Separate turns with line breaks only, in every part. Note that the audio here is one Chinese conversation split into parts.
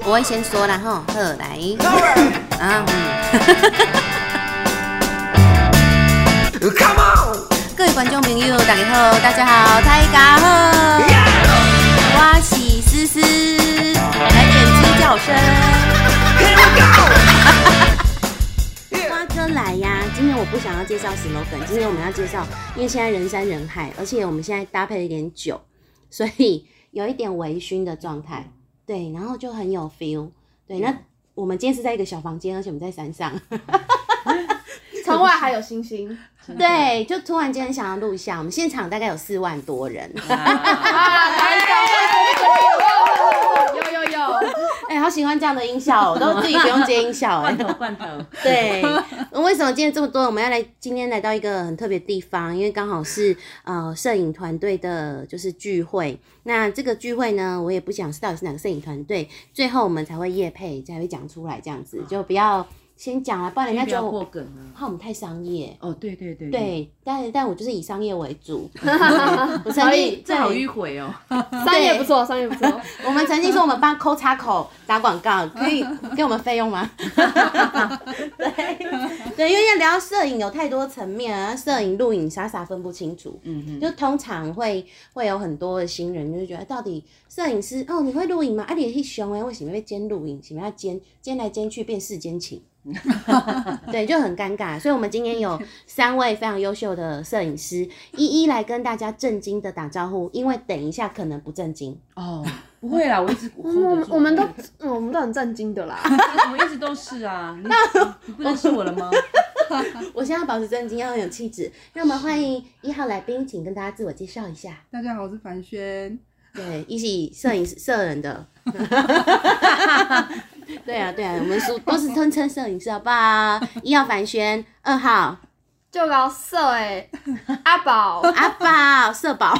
我会先说啦吼，好来，啊嗯，
Come on!
各位观众朋友大家好，大家好，大家好，我是思思，来点鸡叫声，花哥来呀！今天我不想要介绍 slogan，今天我们要介绍，因为现在人山人海，而且我们现在搭配了一点酒，所以有一点微醺的状态，对，然后就很有 feel，对，那我们今天是在一个小房间，而且我们在山上。
窗外还有星星，
对，就突然间想要录一下，我们现场大概有四万多人，
啊，来掌声鼓励，有有有，
哎、好喜欢这样的音效、哦，我都自己不用接音效、哎
罐头罐头，
对，为什么今天这么多？我们要来今天来到一个很特别的地方，因为刚好是呃摄影团队的就是聚会。那这个聚会呢，我也不讲是到底是哪个摄影团队，最后我们才会夜配才会讲出来，这样子就不要先讲了，不然人家
不
觉得
要
我
过梗啊。
怕我们太商业。
哦，对对对，
对，但但我就是以商业为 主，我曾
可
经
以
这好
对
迂回哦。
商业不错，商业不错，
我们曾经说我们帮抠插口打广告，可以给我们费用吗？对对，因为聊到摄影有太多层面啊，摄影、录影傻傻分不清楚。
嗯嗯，
就通常会会有很多的新人，就是觉得到底摄影师哦，你会录影吗？啊，你是熊哎，为什么会兼录影？什么要兼兼来兼去变世间情？对，就很尴尬。所以，我们今天有三位非常优秀的摄影师，一一来跟大家震惊的打招呼，因为等一下可能不震惊。
哦，不会啦，我一直我
我们我们都嗯我们都很震惊的啦，
我们一直都是啊。你你不认识我了吗？
我现在保持正经，要很有气质。让我们欢迎一号来宾，请跟大家自我介绍一下。
大家好，我是凡轩。
对，一起摄影师摄人的。 对啊，对啊，我们说都是称称摄影师，好不好？一号凡轩，二号
就搞色哎，阿宝，
阿宝，社宝。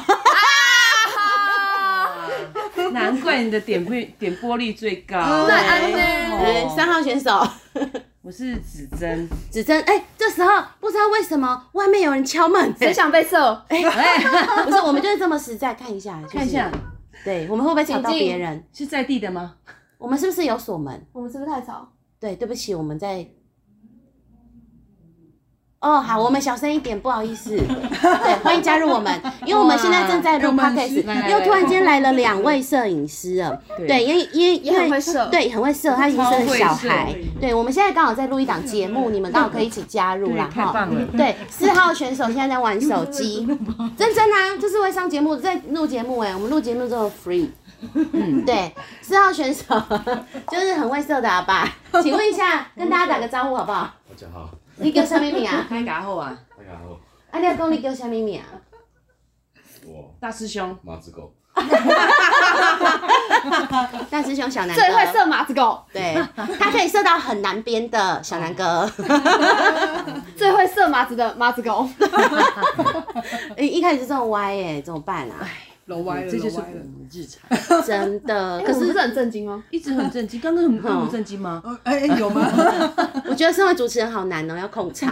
难怪你的点播点播率最高。哦
那安呢？
嗯，哦三号选手
我是指针，
子珍。哎、这时候不知道为什么外面有人敲 门、
谁想被射？
不是，我们就是这么实在，看一下，就是
看一下
对，我们会不会吵到
请进
别人？
是在地的吗？
我们是不是有锁门？
我们是不是太吵？
对，对不起，我们在。哦，好，我们小声一点，不好意 思。对，欢迎加入我们，因为我们现在正在录
哇
podcast，
来
又
来
突然间来了两位摄影师了。
对
对，因为因为因
也很
为
会射
对，很会射，他已经生了小
超会射
孩。对，我们现在刚好在录一档节目，你们刚好可以一起加入
对，
啦，哦
太
哈。
棒了。
对，四号选手现在在玩手 机，真真啊，这是会上节目，在录节目哎、我们录节目之后 free。嗯，对，四号选手 就是很会射的阿爸，请问一下，跟大家打个招呼好不好？
大家好，
你叫什么名啊？
开嘎后啊，
大家好，
啊，你要讲你叫什么名啊？
我
大师兄，
马子狗，
大师兄小南哥，
最会射马子狗，
对，他可以射到很南边的小南 哥。
最会射马子的马子狗，
哎一开始就这么歪哎、怎么办啊？
楼歪了，
这就
楼
是我
歪了。
们的日常，
真的，可
可是不
是
是很震惊吗？
一直很震惊。刚刚很刚不震惊吗？
哦，哎、哎，有吗？
我觉得身为主持人好难哦、要控场。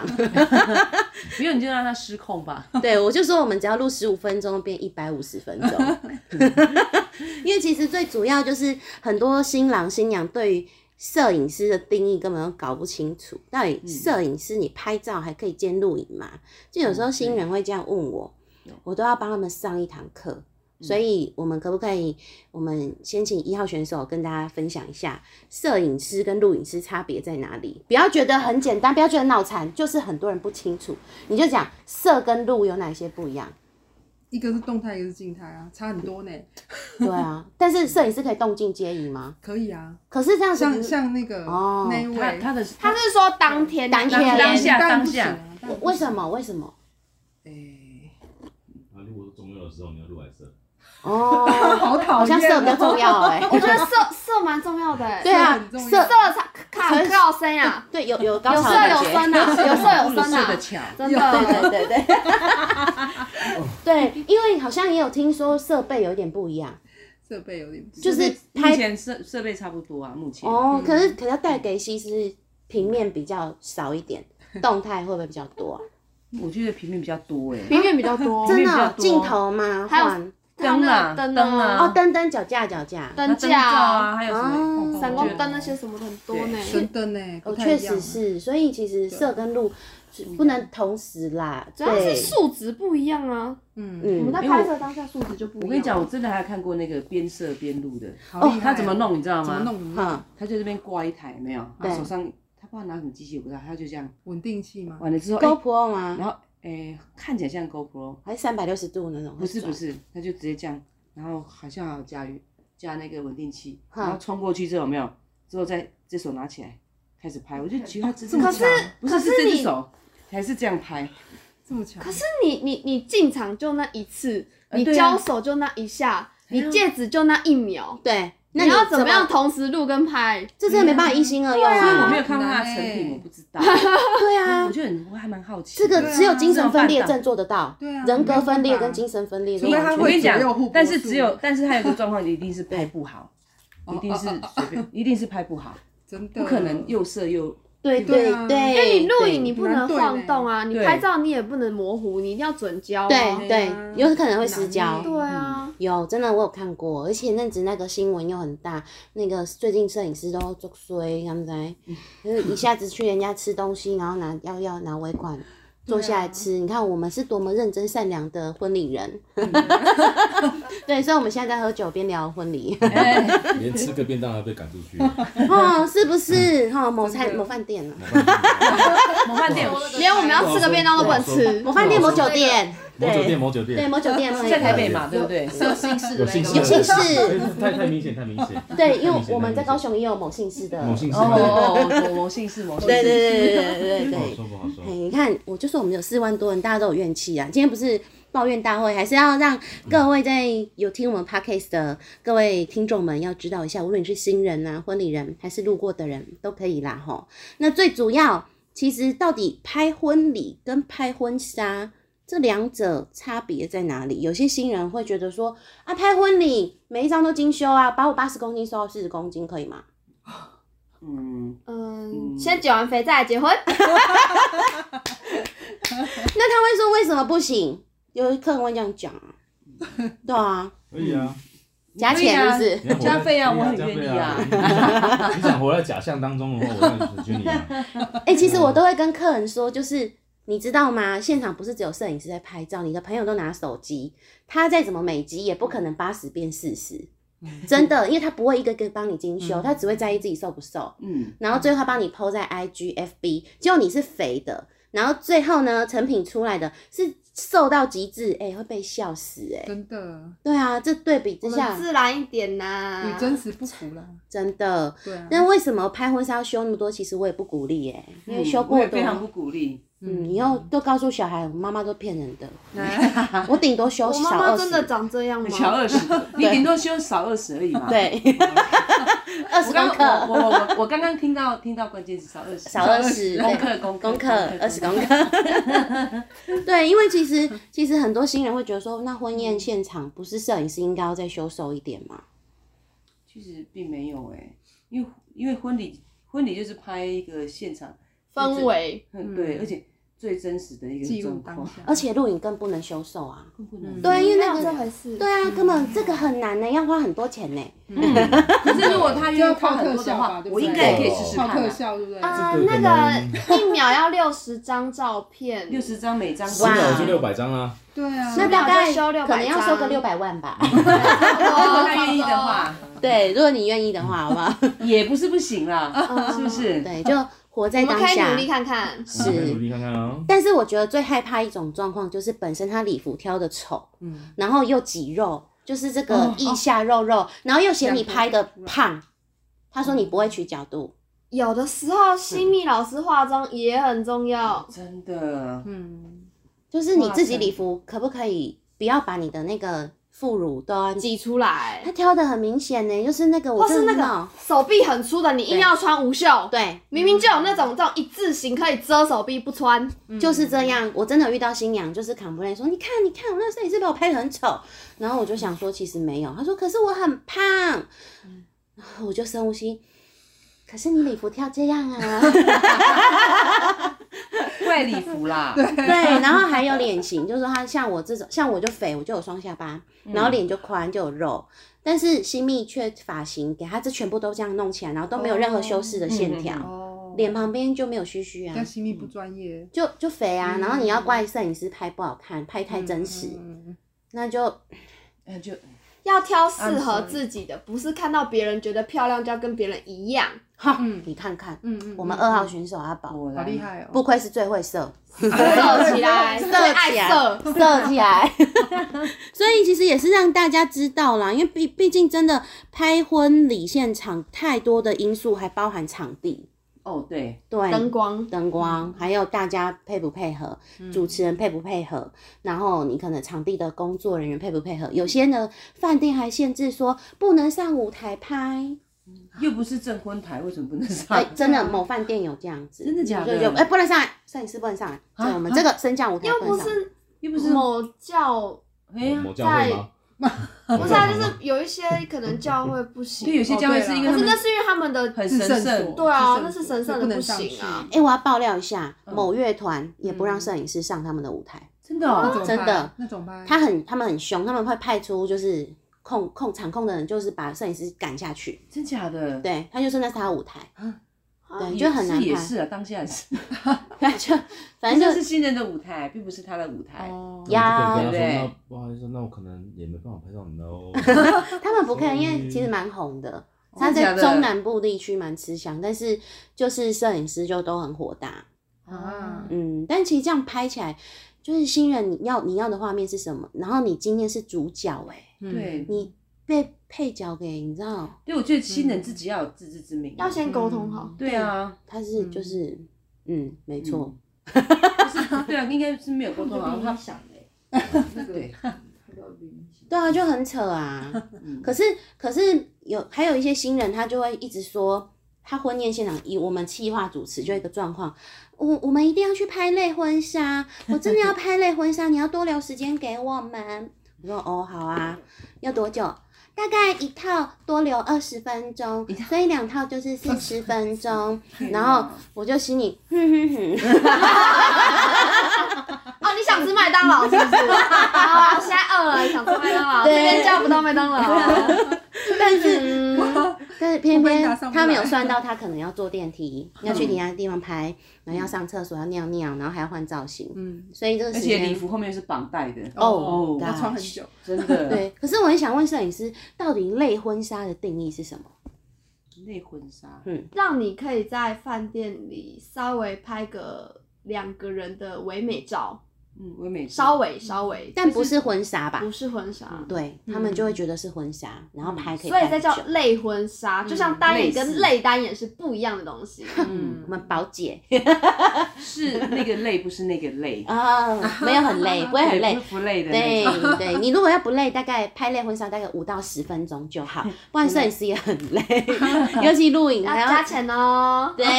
没有，你就让他失控吧。
对，我就说我们只要录十五分钟变一百五十分钟，嗯因为其实最主要就是很多新郎新娘对于摄影师的定义根本都搞不清楚，到底摄影师你拍照还可以兼录影吗？就有时候新人会这样问我，我都要帮他们上一堂课。所以，我们可不可以，我们先请一号选手跟大家分享一下摄影师跟录影师差别在哪里？不要觉得很简单，不要觉得脑残，就是很多人不清楚。你就讲色跟路有哪些不一样？
一个是动态，一个是静态啊，差很多呢。
对啊，但是摄影师可以动静皆宜吗？
可以啊，
可是这样子不是，
像像那个、
哦
那一
他
位，
他的
他是说当天
当天
当下
但
当
不行
下，
啊
我为什？么？为什么？
但不行
那如果是重要的时啊哦候，你要录还是？
哎，
哦，
好讨厌、哦，
好像色比较重要哎、
我觉得射射蛮重要的 欸，
对啊
很，重要
色
射才卡高声啊。
对有有高
有
潮
色
的
有
感
声啊，有色有
不
声
是的
啊，
巧。
真
觉，
的。
对对对对， 对，因为好像也有听说设备有点不一样，
设备有点不行
就是
目
拍
前设设备差不多啊，目前。
哦，可是可是要带给西施平面比较少一点，动态会不会比较多啊？
我觉得平面比较多哎。
平面比较多，
真
面比较
的哦
多
镜头吗？
还有
换
灯啦，
他那个灯啊
灯啊，
哦，灯灯脚架脚架，
那
灯
灯
架
罩啊，还有什
哦
么
闪光灯那些什么的很多呢。
对真的呢，
哦，
不太
确
一样啊
实是，所以其实色跟路是不能同时啦，
主要是
对，
数值不一样啊，
嗯，
我们
嗯，
在拍摄当下数值就不一样。
我跟你讲，我真的还看过那个边射边录的，
好厉害哦
他怎么弄你啊知道
怎么
吗？
弄怎么弄
哈，
他就这边挂一台有没有，
对
他手上他不知道拿什么机器，我不知道，他就这样
稳定器吗？
完了之后，哎
GoPro 吗？
然后哎看起来像 GoPro，
还是三百六十度那种？
不是不，是，他就直接这样，然后好像还有加鱼加那个稳定器，
哈
然后冲过去之后有没有，之后再这手拿起来开始拍，我就觉得他这
这么
么
强，
不
可
是
是
是这
你
只手还是这样拍，
这么强？
可是你你你进场就那一次，
呃
你
对啊
交手就那一下，
对啊
你戒指就那一秒，
对，那
你要怎么样？同时录跟拍？
这真的没办法
嗯
一心二用
所以我
啊！
没有看过他的
难
成
欸
品，我不知道，
对啊
嗯
我，就很我还蛮好奇
这
的，
个只有精神分裂症做得到，
啊对啊
人格分裂
没办法
跟精神分裂
除
都
非
完
他
全
我跟
会
你讲
左右互搏，
但是只有，但是还有一个状况，一定是拍不好，
哦
一定是随便，一定是拍不好，
真的
不可能又色又
对
对
对
啊
对，
因为你录影
对
你不能晃动啊，你
对
拍照你也不能模糊，你一定要准焦啊。
对
对
对
啊，
有可能会失焦
难免。
对啊，
有，真的我有看过，而且那子那个新闻又很大，那个最近摄影师都作衰，刚才就是一下子去人家吃东西，然后拿要要拿尾款坐下来吃，你看我们是多么认真善良的婚礼人。对，所以我们现在在喝酒边聊婚礼，
连吃个便当还被赶出 去，
哦，是不是？哈、某餐
真的
某饭店啊，
某饭店，
哎
连我们要吃个便当都不能吃
某。饭店某酒店，
某酒店
对
某酒
对
店，
某酒店某
在台
酒
北
店
嘛，对不对？
有姓氏的
有
那
姓
个
氏
吗，
有姓氏，
太太明显太明显，
对，因为我们在高雄也有某姓氏的，
某姓氏
哦哦哦，某某姓氏，某姓
对对
氏，
对对对对
不好
对。
说不好说
哎，，你看，我就说我们有四万多人，大家都有怨气啊。今天不是抱怨大会，还是要让各位在有听我们 podcast 的各位听众们要知道一下，无论你是新人啊、婚礼人，还是路过的人都可以啦，吼。那最主要，其实到底拍婚礼跟拍婚纱这两者差别在哪里？有些新人会觉得说，啊，拍婚礼每一张都精修啊，把我八十公斤瘦到四十公斤可以吗？
嗯，
嗯，
嗯
先减完肥再来结婚。
那他会说为什么不行？有客人会这样讲啊，对啊，
可以啊，
加钱是不是？
你要活在
加费啊
对
我很愿意啊
加费啊你想活在假象当中的话，我当然很愿意啊，
哎、其实我都会跟客人说，就是你知道吗？现场不是只有摄影师在拍照，你的朋友都拿手机，他再怎么美肌也不可能八十变四十，真的，因为他不会一个个帮你精修，他只会在意自己瘦不瘦，
嗯，
然后最后他帮你 PO 在 IG、FB，结果你是肥的，然后最后呢，成品出来的是瘦到极致，哎、会被笑死、哎，
真的
对啊，这对比
我
之
们
下，
自然一点呐。
啊
与真实不符啦。
真的。
对啊，
但为什么拍婚纱要修那么多？其实我也不鼓励耶、因为修
嗯我
过
也
多，
非常不鼓励，
嗯，以后都告诉小孩，我妈妈都骗人的，
来
我顶多修
我妈
少
妈
二
真的
十，
长这样吗？
小二十，你顶多修少二十而已嘛。。
对， 二十
我
公
刚
克，
我我我我刚刚听到听到关键词少二十，
少二十，
功
对
课功
功课
课
二十公克， 对，因为其实其实很多新人会觉得说，那婚宴现场不是摄影师应该要再修瘦一点吗？
其实并没有哎、因为因为婚礼婚礼就是拍一个现场
氛，围，
嗯对，而且最真实的一
记
个
录
状
当
况，
下，
而且录影更不能修瘦啊，
更不能
嗯
对，因为那
没有这
个
回事。
对啊，根本这个很难呢，要花很多钱呢。
可是如果他
就
愿
要
意花
靠
很
特
多的
效吧
话，，
对不
我
对
应该也可以试试
靠
看
特
啊。
效，对不对？
啊、
这个可
那
能
个一秒要六十张照片，
六十张每张
哇
那我就六百张啊，
对啊，
那大概
修600
可能要收个
张嗯
六百万吧。
如果他愿意的话，
对，如果你愿意的话，好不好？
也不是不行啦，是不是？
对，就活在
我们
当
可以
下。
努力看看。
我们可以努力看看啊。
但是我觉得最害怕一种状况就是本身他礼服挑的丑，
嗯
然后又挤肉，就是这
哦
个腋下肉肉，然后又嫌你拍的胖，他说你不会取角度，
有的时候，新密老师化妆也很重要。
真的，
嗯，
就是你自己礼服可不可以不要把你的那个副乳都要
挤出来
他，挑的很明显呢，就是那个我
或是
真的
那
不知道
个手臂很粗的，你硬要穿无袖，
对，
明明就有那种这种一字型可以遮手臂不穿，
就是这样。我真的有遇到新娘，就是 complain 说，你看，你看，我那摄影师把我拍的很丑。然后我就想说，其实没有。他说，可是我很胖。
嗯
然后我就深呼吸。可是你礼服跳这样啊，
怪礼服啦，
对，然后还有脸型，就是说他像我这种，像我就肥，我就有双下巴，
嗯
然后脸就宽就有肉，但是新密却发型给他这全部都这样弄起来，然后都没有任何修饰的线条，
哦
脸旁边就没有须须啊
但，西米不专业，
就就肥啊，然后你要怪摄影师拍不好看，拍太真实，
嗯
那就
嗯，就
要挑适合自己的，不是看到别人觉得漂亮就要跟别人一样。
哈，
嗯
你看看
嗯嗯，
我们
嗯
二号，选手阿宝，
果
好
然
厉，害哦，
不愧是最会射。
色起来，
色起
最
来
爱色，
射起来。 所以其实也是让大家知道啦，因为毕毕竟真的拍婚礼现场太多的因素，还包含场地，
哦对，
对，
灯光，
灯光，还有大家配不配合，主持人配不配合，然后你可能场地的工作人员配不配合，有些呢饭店还限制说不能上舞台拍，
又不是证婚台，为什么不能
哎、
上？
真的某饭店有这样子，
啊真的假的
所以就哎、不能上来，摄影师不能上来，
啊
对我们这个升降舞台
又
不能
不
上来
是
又不是，
嗯
某教，
哎呀，
某教会吗？
不是啊，就是有一些可能教会不行，
对，有些教会是
哦
因为
可
他
是
们
那
啊
是因为他们的
很
是
神
圣
圣
所，
对啊那
圣
是
所
神圣的
你不能
不
上
行
去
啊
哎、我要爆料一下，
嗯
某乐团也不让摄影师上他们的舞台，
真的
那
哦，
怎么
真的
办那种拍，
他很他们很凶，他们会派出就是控控场控的人，就是把摄影师赶下去。
真假的，
对他就是那是他的舞台，
啊
对
也
就很
是
难
也
拍
是啊，当下也是，
对就 反
反
正
正
就是
新人的舞台，并不是他的舞台，
哦
呀
那就可以跟他
对
说，那不好意思，那我可能也没办法拍到你喽。
他们不看，因为其实蛮红的。他
真
在
的假的
中南部地区蛮吃香，但是就是摄影师就都很火大，
啊，
嗯，但其实这样拍起来，就是新人你要你要的画面是什么，然后你今天是主角、欸，
嗯
对
你被配角给你知道
对，我觉得
嗯
新人自己要有自知之明，啊
要先沟通好。
对啊，
他是就是嗯没错，
嗯 就是对啊，应该是没有沟通 好，他
想嘞，
那个对，
对啊，就很扯啊。
嗯
可是可是有还有一些新人，他就会一直说，他婚宴现场以我们企划主持就一个状况，我我们一定要去拍类婚纱，我真的要拍类婚纱，你要多留时间给我们。我说哦好啊，要多久？大概一套多留二十分钟，所以两套就是四十分钟。然后我就心里哼哼哼，
哦，你想吃麦当劳是不是？好啊，现在饿了，想吃麦当劳，这
对
边叫不到麦当劳啊。
但是嗯但是偏
会不会
偏
拿上不来
他没有算到，他可能要坐电梯，要去其他地方拍，然后要上厕所，要尿尿，然后还要换造型，
嗯，
所以这个
而
时
且礼
间
服后面是绑带的，
哦
哦
要穿很
gosh
久，
真的，，
对。可是我很想问摄影师，到底类婚纱的定义是什么？
内婚纱，
让你可以在饭店里稍微拍个两个人的唯美照，
嗯，唯美
稍微稍微，
但不是婚纱嗯吧
不？是婚纱，
对他们就会觉得是婚纱，然后拍可以
所以
拍
这
很久。
叫类婚纱，就像单眼
类
跟
似
类单眼是不一样的东西。
嗯
我们宝姐
是那个累，不是那个累，
啊，没有很累，不会很
对，
累
不。是不累的那
对
种。
对，你如果要不累，大概拍类婚纱大概五到十分钟就好，不然摄影师也很累， 尤其录影
要
还
加
要
钱哦。
对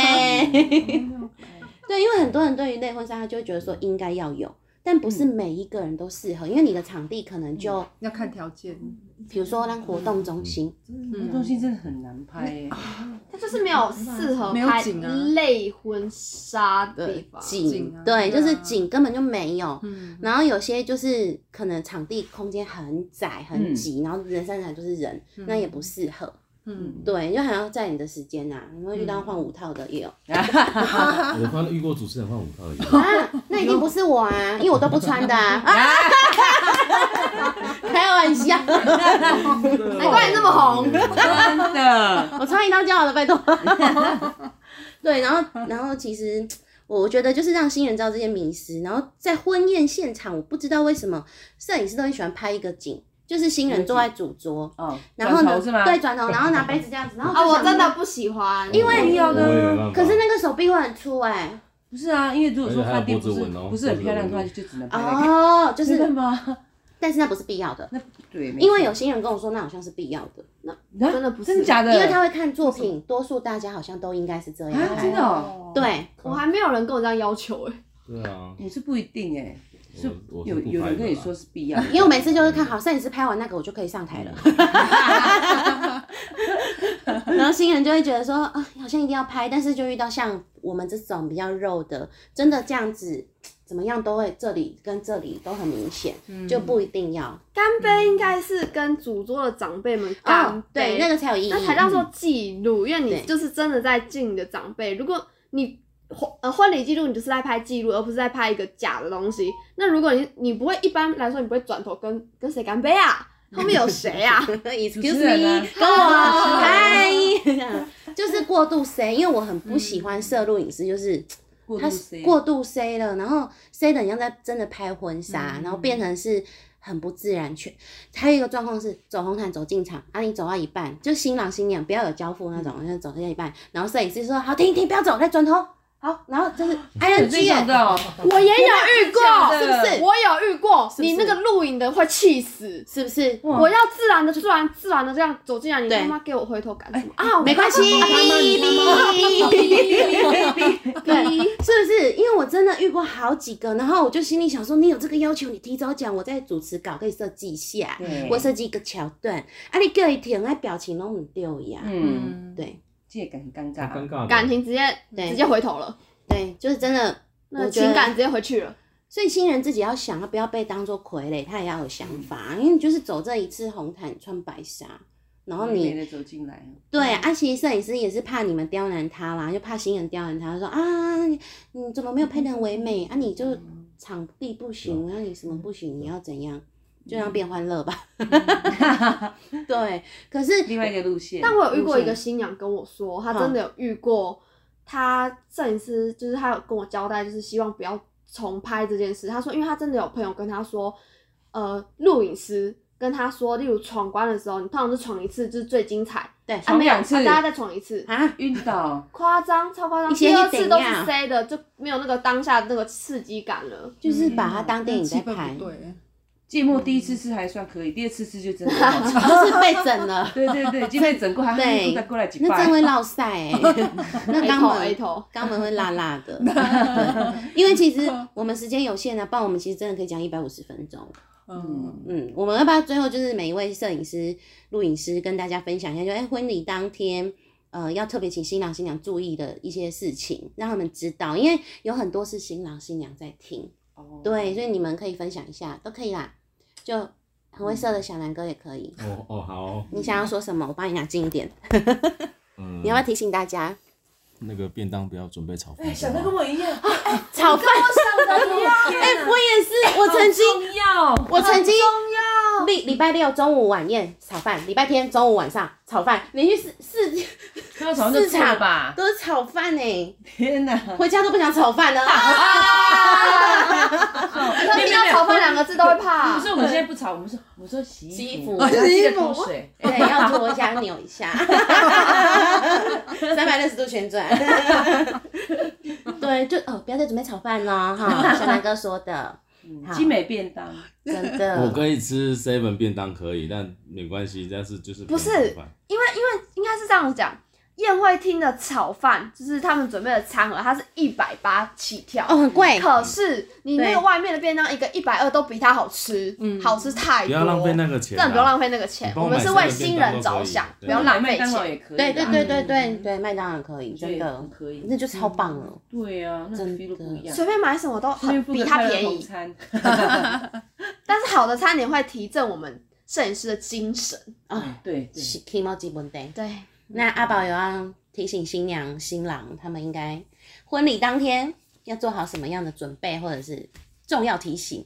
对，因为很多人对于类婚纱，他就会觉得说应该要有，但不是每一个人都适合，因为你的场地可能就
要看条件，
比如说让活动中心，
那嗯东西真的很难
嗯
拍欸耶，
它就是没有适合
没有
拍
景啊
类婚纱的地方。
景
景啊
对，
对
就是
啊
景根本就没有。
嗯，
然后有些就是可能场地空间很窄很挤，然后人山人海都是人，那也不适合。
嗯，
对，就还要占你的时间呐、你会遇到换五套的也有、
我刚刚遇过主持人换五套而已。
啊，那一定不是我啊，因为我都不穿的啊， 啊开玩笑，
难怪你这么红。
真 的，
我穿一套就好了， 拜托。对，然后然后其实我我觉得就是让新人知道这些迷失，然后在婚宴现场，我不知道为什么摄影师都很喜欢拍一个景，就是新人坐在主桌，
哦，
然后
转
呢
头是吗？
对，转头，然后拿杯子这样子，然后
啊，
就
我
想
真的不喜欢，
因为
我也没办法
可是那个手臂会很粗哎、
不是啊，因为如果说
而且还有
饭店不
脖子
是
纹哦
不是很漂亮的话，
脖子
就只能拍那个，
哦，就
真的
是，
吗？
但是那不是必要的，
那对，没
因为
错
有新人跟我说那好像是必要的，那
啊
真的不是
真的假的，
因为他会看作品，多数大家好像都应该是这样
啊，
拍，
真的哦，
对。
我还没有人跟我这样要求哎、
对啊，
我是不一定哎，是
我
有
我不
有
拍
人
的
跟你
啦
说是必要 的，
因为我每次就是看好摄影师拍完那个，我就可以上台了。然后新人就会觉得说啊，好像一定要拍，但是就遇到像我们这种比较肉的，真的这样子怎么样都会这里跟这里都很明显，就不一定要哦
干杯应该是跟主桌的长辈们干
哦，
杯，
对，那个才有意义。
那才叫做记录，因为
对
你就是真的在敬你的长辈。如果你婚呃婚礼记录，你就是在拍记录，而不是在拍一个假的东西。那如果你你不会一般来说，你不会转头跟跟谁干杯啊？后面有谁啊？
Excuse
主持人啊
me，跟我嗨， 这样就是过度 C，因为我很不喜欢摄入隐私，就是
过
它
度
是
C
过度 C 了，然后 C 的你像在真的拍婚纱，
嗯
然后变成是很不自然去。还有一个状况是走红毯走进场，啊，你走到一半，就新郎新娘不要有交付
嗯
那种，就走到一半，然后摄影师说好停停不要走，再转头。好，然后 就是 I
有
N
这
G
种的哦，
我也有遇过，
真
是
的假的
不是？
我有遇过，
不是
你那个录影的会气死。
是不是？
我要自然的，自然自然的这样走进来，你
对哎
他妈给我回头感什么
哦
啊？
没关系，对，是不是？因为我真的遇过好几个，然后我就心里想说，你有这个要求，你提早讲，我在主持稿可以设计一下，
对，
我设计一个桥段，啊，你各一停，那表情都很丢呀。
嗯，
对
这也感很尴
蛮
尬，
尴尬的
感情直接
对
直接回头了，
对，就是真的，
那
我觉得
情感直接回去了。
所以新人自己要想，他不要被当做傀儡，他也要有想法，因为你就是走这一次红毯穿白纱，然后你
没得走进来，
对，啊，其实摄影师也是怕你们刁难他啦，就怕新人刁难他，说啊，你你怎么没有拍的很唯美啊？你就场地不行，啊，你什么不行？你要怎样？就让变欢乐吧。 对，可是
另外一个路线。
但我有遇过一个新娘跟我说，
嗯
她真的有遇过，她摄影师就是她有跟我交代，就是希望不要重拍这件事。她说，因为她真的有朋友跟她说，呃，录影师跟她说，例如闯关的时候，你通常是闯一次就是最精彩，
对
啊
闯
没有，
两次
啊大家再闯一次。
啊，
晕倒，
夸张，超夸张！
以前
第
是
二次都
怎
是
样
C 的，就没有那个当下那个刺激感了。
就是把它当电影在拍，
对，
芥末第一次吃还算可以，第二次吃就真的 好吃。。
就是被整了
对对对，今天整过还
对
会再过来几
那真
拜。
会落晒、欸， 那
A
肛
头 A
门
头，
肛门会辣辣的， 对因为其实我们时间有限啊，不然我们其实真的可以讲一百五十分钟。
嗯，
嗯，我们要不要最后就是每一位摄影师、录影师跟大家分享一下，就哎、婚礼当天，呃，要特别请新郎新娘注意的一些事情，让他们知道，因为有很多是新郎新娘在听，
哦
对，所以你们可以分享一下，都可以啦，就很会射的小南哥也可以。
哦哦好哦，
你想要说什么？我帮你拿近一点。
嗯，
你要不要提醒大家？
那个便当不要准备炒
哎
饭就好。
我一 样，
炒饭，
哎
我也是，我曾经，
重要，
我曾经礼礼拜六中午晚宴炒饭，礼拜天中午晚上炒饭，连续四四
那早上就吃了吧？
都是炒饭哎、
天哪！哦
回家都不想炒饭了。
他听到“炒饭”两个字都会怕
不。是我们现在不炒，我们说我们说洗
洗衣
衣
服
服，洗衣口水。
对，哎要做一下扭一 下，三百六十度旋转。对，就哦，不要再准备炒饭了 哈，小南哥说的，
嗯
好
集美便当，
真
我
的。
可以吃 seven 便当可以，但没关系，但是就是
不是
要炒饭
因为因为应该是这样讲，宴会厅的炒饭就是他们准备的餐盒，它是一百八起跳。
哦，很贵，
嗯
可是你那个
对
外面的便当一个一百二都比它好吃，
嗯
好吃太
不
多。
要浪费那个钱啊，
真的不用浪费那个钱
你，帮
我
我
们
买
是
三
为
个
新
便当
人
都可
着
以
想，
对
不要浪费
麦当劳
钱。
也可以啊，
对对对对对
嗯
对，麦当劳可以，真
很
的，
可以。
那就超棒了。
对啊，那
真
feel
的
不一样
随。便买什么都
顺
很
便付
比
个
它
快乐
便
同
宜，
餐，
但是好的餐点会提振我们摄影师的精神。
啊
对 对，
是 k i m o j i b n d a
对，
那阿宝有要提醒新娘、新郎，他们应该婚礼当天要做好什么样的准备，或者是重要提醒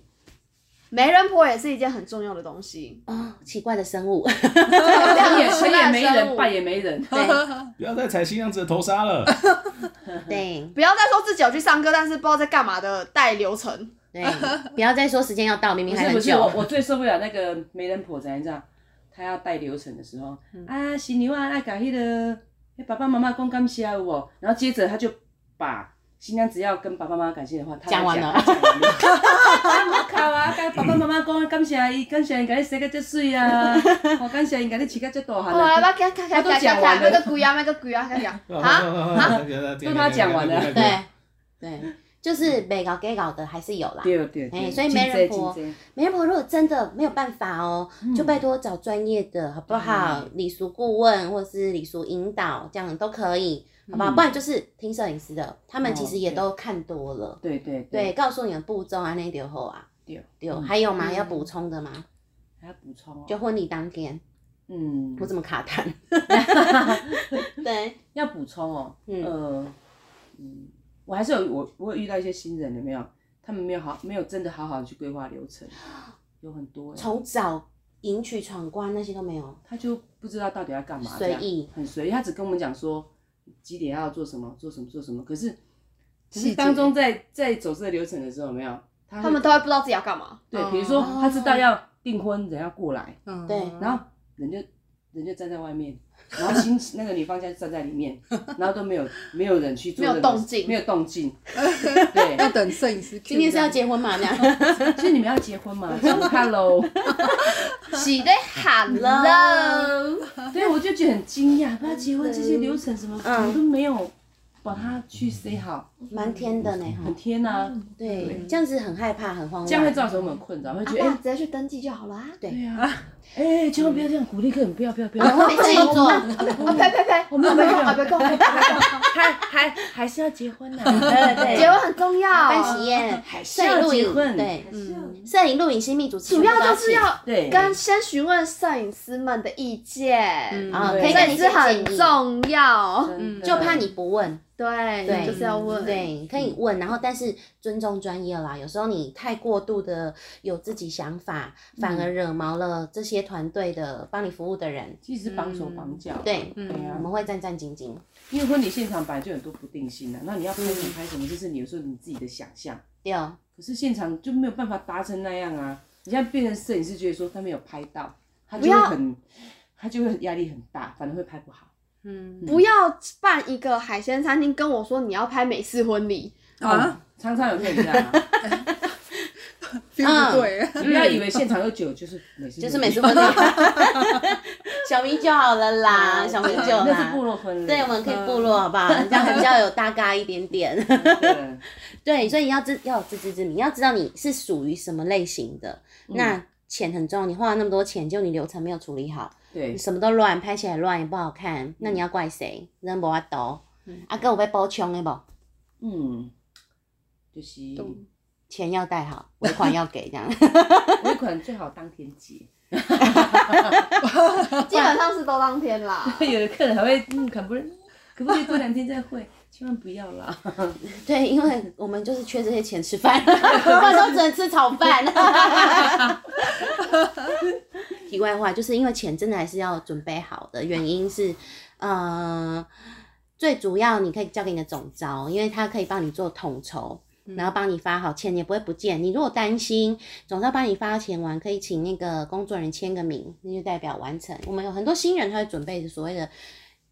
媒人婆也是一件很重要的东西。
哦，奇怪的生物。
成也
吃
成也
饭
没
的生
人，
物
败也没人。
对
不要再踩新娘子的头纱了。
对，
不要再说自己有去上课，但是不知道在干嘛的带流程。
对，不要再说时间要到，明明
不
还
是
很
不是，我
久。
我最受不了那个媒人婆怎样这样，她要带流程的时候，
嗯
啊新娘啊爱搞迄个，那爸爸妈妈讲感谢有无？然后接着她就把新娘只要跟爸爸妈妈感谢的话，她就
讲完了
她讲完了。 啊，我靠啊！跟爸爸妈妈讲感谢伊，感谢因甲你生个遮水啊，哦，感谢因甲你饲个遮大汉
好了，
啊。
不要看看
他
看
都
看
讲
看
完了
那 个鬼啊，那个鬼啊，那个鬼啊，
啊，
啊，啊
都
都他讲完了
对对，就是被搞给搞的还是有啦。
对对
哎
对，
所以
真
媒人
多
婆
真多
媒人婆如果真的没有办法哦，
嗯
就拜托找专业的好不好？礼俗顾问或是礼俗引导，这样都可以，好
嗯
不好？不然就是听摄影师的，他们其实
哦
也都看多了，
对对
对，，告诉你们步骤啊，那就好啊。
嗯对
对，
嗯
还有吗？要补充的吗？
还要补充哦，
就婚礼当天，
嗯
我，怎么卡 痰？ 对，
要补充哦，
嗯
呃，嗯，我还是有我我有遇到一些新人有没有？他们没有好没有真的好好地去规划流程，有很多欸
从早迎娶闯关那些都没有，
他就不知道到底要干嘛，
随
这样
意，
很随意。他只跟我们讲说几点要做什么，做什么，做什么。可是，可
细
是
节
当中在在走这个流程的时候，有没有他会
他们都会不知道自己要干嘛。
对，比如说他知道要订婚，人要过来，
嗯
对
哦
然后人就人就站在外面，然后新 那个女方家就站在里面，然后都没有没有人去做
没有
任何
动
事
静
没有动静。对，
要等摄影师 cue 这样。
今天是要结婚嘛？ 那样。
所以你们要结婚吗？这样 Hello，
喜对喊了，
对，我就觉得很惊讶，不要结婚这些流程什么，
嗯
我都没有把它去 say 好，
蛮天的呢，
很
哈，
天呐，
对，这样子很害怕，很慌乱，
嗯这样会造成我们困扰，会
阿
觉得
爸
哎
啊直，接去登记就好了啊！
对啊，哎，千万不要这样鼓励客人，不要不要不要，
我会被自己 做，
啊呸呸呸，啊
我没有没
别
有
讲啊别讲，
还还还是要结婚呐，对对
结婚很重要，
办喜宴、
还是
摄影、
要
录
结
影，
婚，
对，
嗯，
摄影、录影、新密主持，
主要就是要
对，
跟先询问摄影师们的意见，
嗯
啊，可
对
以
摄
给你
影
一
师
些
很
建议，
重要，
真的
就怕你不问，
对，
对
就是要问，，
对，可
嗯
以问，然后但是尊重专业啦。有时候你太过度的有自己想法，反
嗯
而惹毛了这些团队的帮你服务的人，
其实是绑手绑脚，
对
嗯
对
我
啊，
们会战战兢兢。
因为婚礼现场本来就很多不定性的，那你要拍什么拍什么，就是你有时候你自己的想象。
第二，
可是现场就没有办法达成那样啊！你现在变成摄影师，觉得说他没有拍到，他就
不
会
要
很，他就会压力很大，反而会拍不好。
嗯
不要办一个海鲜餐厅跟我说你要拍美式婚礼，
啊，
常常有客人这样啊，
feel 不对，
你不要以为现场有酒就是美式，
就是美术婚礼， 小明就好了 啦，啊小明就
嗯那是部
啦。
嗯落婚礼，
对，我们可以部落好不好？人家比较有大嘎一点点。
对
对，所以要知要有自知之明，要知道你是属于什么类型的。
嗯
那钱很重要，你花了那么多钱，就你流程没有处理好，
对
你什么都乱，拍起来乱也不好看，那你要怪谁？人无法度。啊，跟我被包穷的不？
嗯，就是尾
钱要带好，尾款要给这样。
款最好当天结。
基本上是都当天啦。
有的客人还会嗯，可不可不可以过两天再会？千万不要 啦！
对，因为我们就是缺这些钱吃饭， 不然都只能吃炒饭。 题外话，就是因为钱真的还是要准备好的，原因是，呃，最主要你可以交给你的总招，因为他可以帮你做统筹。
嗯
然后帮你发好，钱也不会不见。你如果担心，总是要帮你发钱完，可以请那个工作人员签个名，那就代表完成。我们有很多新人，他会准备所谓的，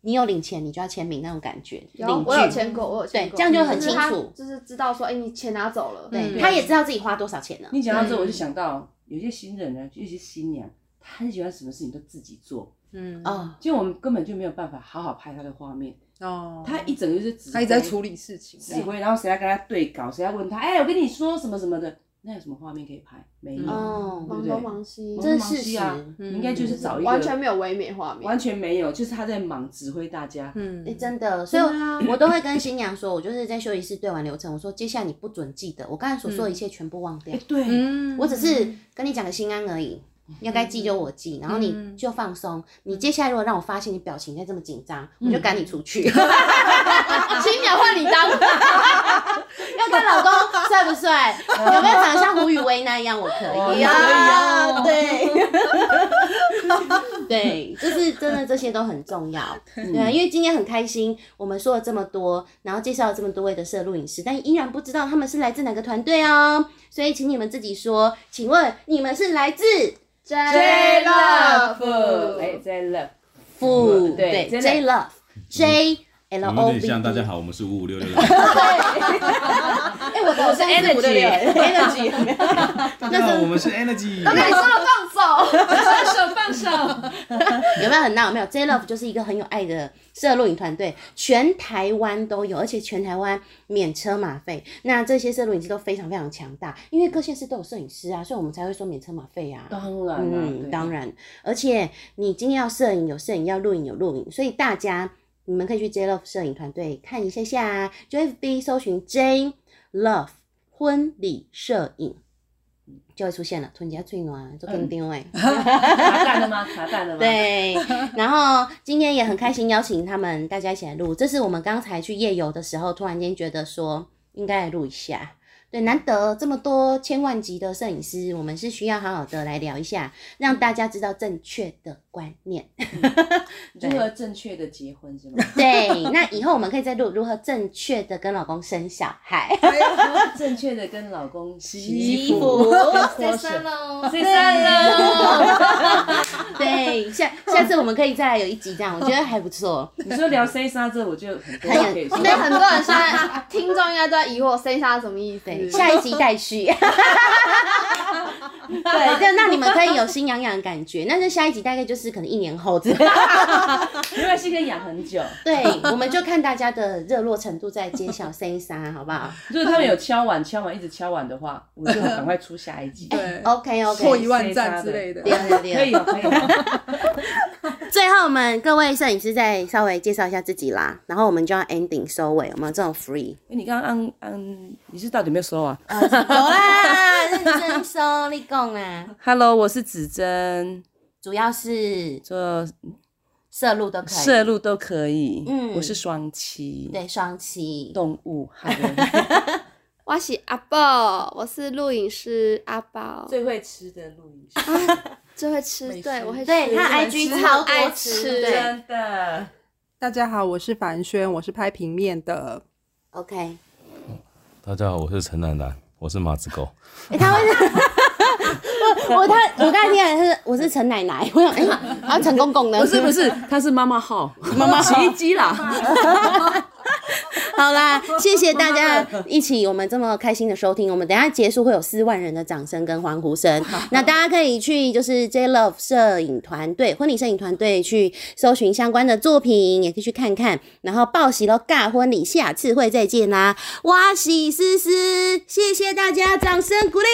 你有领钱，你就要签名那种感觉。
有
领
我有
据
签过，我有签
对
过，
这样就很
就是
清
他
楚
就是知道说，哎，你钱拿走了，
对，
嗯
他也知道自己花多少钱了。
你讲到这，我就想到有些新人呢，尤其是新娘，她很喜欢什么事情都自己做。
嗯
哦，
就我们根本就没有办法好好拍他的画面，
哦，
他一整个就是指挥
他一直在处理事情，
指挥，然后谁要跟他对稿，谁要问他，哎、我跟你说什么什么的，那有什么画面可以拍？没有，
哦，
忙
对
东
不对
忙西，
这
真
是事实。
啊
嗯
你应该就是找一个
完全没有唯美画面
完。全没有，就是他在忙指挥大家。
嗯
诶，真的，所以
啊
我我都会跟新娘说，我就是在休息室对完流程，我说接下来你不准记得，我刚才所说的一切全部忘掉
哎、，对，
嗯
我只是跟你讲个心安而已。要该记就我记，然后
嗯
你就放松。你接下来如果让我发现你表情再这么紧张，我就
嗯
赶你出去。 新娘换你当，要看老公帅不帅，有没有长得像胡宇威那样，我可以啊。
哦
对， 对，就是真的，这些都很重要。对啊，因为今天很开心，我们说了这么多，然后介绍了这么多位的摄录影师，但依然不知道他们是来自哪个团队哦。所以，请你们自己说，请问你们是来自
J
哎、
Love，哎
j Love，
府
对
，J Love J
嗯
L
我们有
O V E
点
D。
像大家好，我们是五五六六，
哎、我的偶像是五六六
energy，
大家好，我们是 Energy。
你说了放手，
放手放手，
有没有很闹？没有，J
嗯
Love 就是一个很有爱的摄录影团队，全台湾都有，而且全台湾免车马费。那这些摄录影师都非常非常强大，因为各县市都有摄影师啊，所以我们才会说免车马费啊。
当然啦，
嗯，
对
当，然，而且你今天要摄影有摄影，要录影有录影，所以大家你们可以去 J Love 摄影团队看一下下、啊，就 FB 搜寻 J Love 婚礼摄影。就会出现了，吞家最暖，做跟丢哎，
卡蛋了 吗？卡蛋了吗？，
对，然后今天也很开心邀请他们大家一起来录，这是我们刚才去夜游的时候，突然间觉得说应该来录一下。对，难得这么多千万级的摄影师，我们是需要好好的来聊一下，让大家知道正确的观念。
如何正确的结婚是 吗？
对，那以后我们可以再录如何正确的跟老公生小 孩。
正确的跟老公洗
衣服，
再生喽，
这三了。
对，下下次我们可以再来有一集这样，我觉得还不错。
你说 聊 C 沙这，我就很多
很有
可以说
应。该很多人现在听众应该都在疑惑 C 沙什么意思？
对，下一集待 续。对，就让你们可以有心痒痒的感觉。但是下一集大概就是可能一年后之类的。
没关系，可以养很久。
对，我们就看大家的热络程度再揭 晓 C 三，好不好
如果他们有敲碗、敲碗一直敲碗的话，我就赶快出下一集。
对，
哦？OK
破
OK，
一万赞之类的。
对对
可以
对。啊
哦，可以哦。
最后，我们各位摄影师再稍微介绍一下自己啦，然后我们就要 ending 收尾，我们这种 free。
哎你刚刚按按，你是到底有没有收啊
有啦，哦认真收立功啦，
？Hello，我是子珍，
主要是
做
摄入都可以，
摄入都可以。
嗯
我是双栖，
对双栖，
动物。好的，
我是阿宝，我是录影师阿宝，
最会吃的录音师，
最会吃
美，食
对我会吃，
对他
爱
IG
吃
超多
爱
吃，
吃
对。
真的。
大家好，我是凡轩，我是拍平面的。
OK，哎、
大家好，我是陈楠楠，我是马子狗。
欸，他 会是，我我他我刚才听的是我是陈奶奶，我想哎，然后陈公公呢？
不是不是，他是妈妈号，妈妈 洗衣机啦。
好啦，谢谢大家一起我们这么开心的收听。我们等一下结束会有四万人的掌声跟欢呼声。那大家可以去就是 J Love 摄影团队婚礼摄影团队去搜寻相关的作品，也可以去看看。然后报喜喽，尬婚礼，下次会再见啦！哇喜思思，谢谢大家，掌声鼓励。